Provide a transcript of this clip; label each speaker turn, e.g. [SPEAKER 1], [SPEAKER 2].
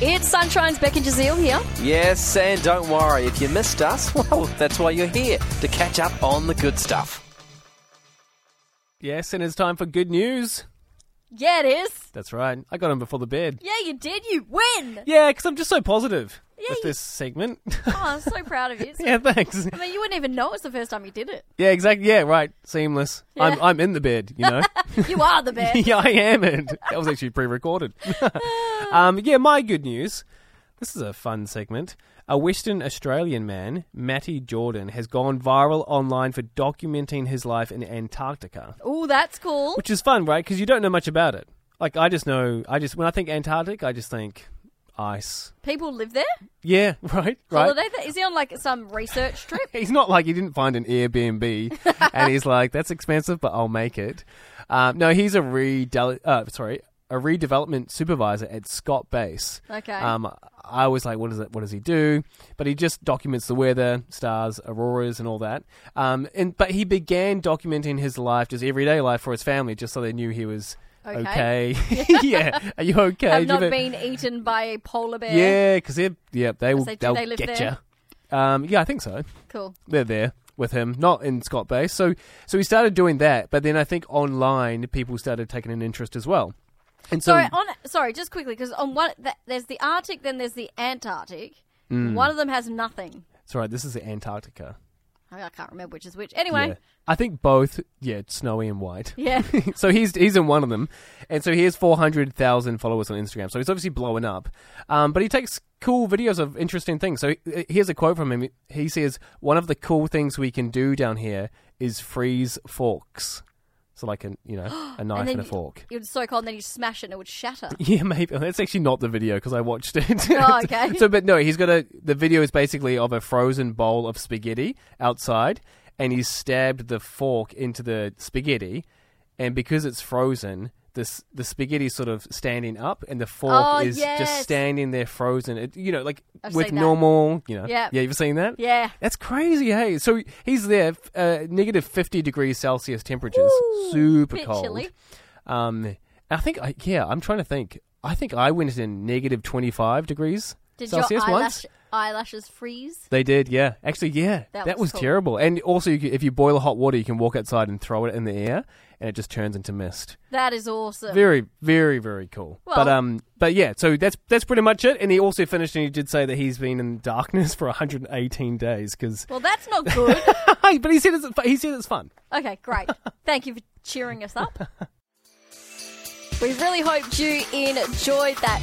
[SPEAKER 1] It's Sunshine's Becky Jazeel here.
[SPEAKER 2] Yes, and don't worry, if you missed us, well, that's why you're here, to catch up on the good stuff.
[SPEAKER 3] Yes, and it's time for good news.
[SPEAKER 1] Yeah, it is.
[SPEAKER 3] That's right. I got him before the bed.
[SPEAKER 1] Yeah, you did. You win.
[SPEAKER 3] Yeah, because I'm just so positive with
[SPEAKER 1] you-
[SPEAKER 3] this segment.
[SPEAKER 1] Oh, I'm so proud of you. It's-
[SPEAKER 3] yeah, thanks.
[SPEAKER 1] I mean, you wouldn't even know it's the first time you did it.
[SPEAKER 3] Yeah, exactly. Yeah, right. Seamless. I'm
[SPEAKER 1] Yeah.
[SPEAKER 3] I'm in the bed, you know.
[SPEAKER 1] You are the best.
[SPEAKER 3] yeah, I am, and that was actually pre-recorded. um, yeah, my good news. This is a fun segment. A Western Australian man, Matty Jordan, has gone viral online for documenting his life in Antarctica,
[SPEAKER 1] Oh, that's cool.
[SPEAKER 3] which is fun, right? Because you don't know much about it. Like I just know, I just when I think Antarctic, I just think ice.
[SPEAKER 1] People live there.
[SPEAKER 3] Yeah, right, right.
[SPEAKER 1] Holiday there. Is he on like some research trip?
[SPEAKER 3] He's not like he didn't find an Airbnb and he's like, that's expensive, but I'll make it. Um, no, he's a redel- uh, sorry, a redevelopment supervisor at Scott Base.
[SPEAKER 1] Okay.
[SPEAKER 3] Um, I was like, what does it? What does he do? But he just documents the weather, stars, auroras, and all that. Um, and but he began documenting his life, just everyday life for his family, just so they knew he was
[SPEAKER 1] Okay.
[SPEAKER 3] okay. yeah, are you okay?
[SPEAKER 1] Have
[SPEAKER 3] Do you
[SPEAKER 1] not
[SPEAKER 3] have-
[SPEAKER 1] been eaten by a polar bear.
[SPEAKER 3] Yeah, because they yeah they will
[SPEAKER 1] they- do
[SPEAKER 3] they'll
[SPEAKER 1] they live
[SPEAKER 3] get you.
[SPEAKER 1] there?
[SPEAKER 3] Um, yeah, I think so
[SPEAKER 1] Cool.
[SPEAKER 3] they're there with him, not in Scott Bay. So so he started doing that, but then I think online people started taking an interest as well. And so
[SPEAKER 1] Sorry, on sorry, just quickly because on one th- there's the Arctic, then there's the Antarctic.
[SPEAKER 3] Hmm.
[SPEAKER 1] One of them has nothing.
[SPEAKER 3] sorry, this is Antarctica.
[SPEAKER 1] I I can't remember which is which. Anyway,
[SPEAKER 3] Yeah. I think both yeah, it's snowy and white.
[SPEAKER 1] yeah.
[SPEAKER 3] so he's he's in one of them, and so he has four hundred thousand followers on Instagram. So he's obviously blowing up, um, but he takes cool videos of interesting things. So he- here's a quote from him. He says, "One of the cool things we can do down here is freeze forks." So like a you know a knife and, a
[SPEAKER 1] you-
[SPEAKER 3] fork.
[SPEAKER 1] It would so cold, and then you smash it, and it would shatter.
[SPEAKER 3] Yeah, maybe that's actually not the video because I watched it.
[SPEAKER 1] Oh, okay.
[SPEAKER 3] so, but no, he's got a. The video is basically of a frozen bowl of spaghetti outside, and he's stabbed the fork into the spaghetti, and because it's frozen, this the spaghetti's sort of standing up, and the fork
[SPEAKER 1] Oh,
[SPEAKER 3] is
[SPEAKER 1] yes.
[SPEAKER 3] just standing there frozen. It, you know, like
[SPEAKER 1] I've
[SPEAKER 3] with
[SPEAKER 1] seen that.
[SPEAKER 3] normal, you know,
[SPEAKER 1] Yeah.
[SPEAKER 3] yeah, you've seen that,
[SPEAKER 1] Yeah.
[SPEAKER 3] That's crazy, hey. So he's there, f- uh, negative fifty degrees Celsius temperatures,
[SPEAKER 1] Ooh,
[SPEAKER 3] super
[SPEAKER 1] bit
[SPEAKER 3] cold.
[SPEAKER 1] chilly.
[SPEAKER 3] Um, I think, I, yeah, I'm trying to think. I think I went in negative 25 degrees
[SPEAKER 1] Did
[SPEAKER 3] Celsius
[SPEAKER 1] your
[SPEAKER 3] once.
[SPEAKER 1] eyelash, eyelashes freeze?
[SPEAKER 3] They did, yeah. Actually, yeah,
[SPEAKER 1] That
[SPEAKER 3] that,
[SPEAKER 1] was
[SPEAKER 3] was,
[SPEAKER 1] cool.
[SPEAKER 3] terrible. And also, you, c- if you boil hot water, you can walk outside and throw it in the air, and it just turns into mist.
[SPEAKER 1] That is awesome.
[SPEAKER 3] Very, very, very cool.
[SPEAKER 1] Well-
[SPEAKER 3] but um, but yeah. So that's that's pretty much it. And he also finished, and he did say that he's been in darkness for 118 days because.
[SPEAKER 1] well, that's not good.
[SPEAKER 3] but he said it's he said it's fun.
[SPEAKER 1] Okay, great. Thank you for cheering us up. We really hoped you enjoyed that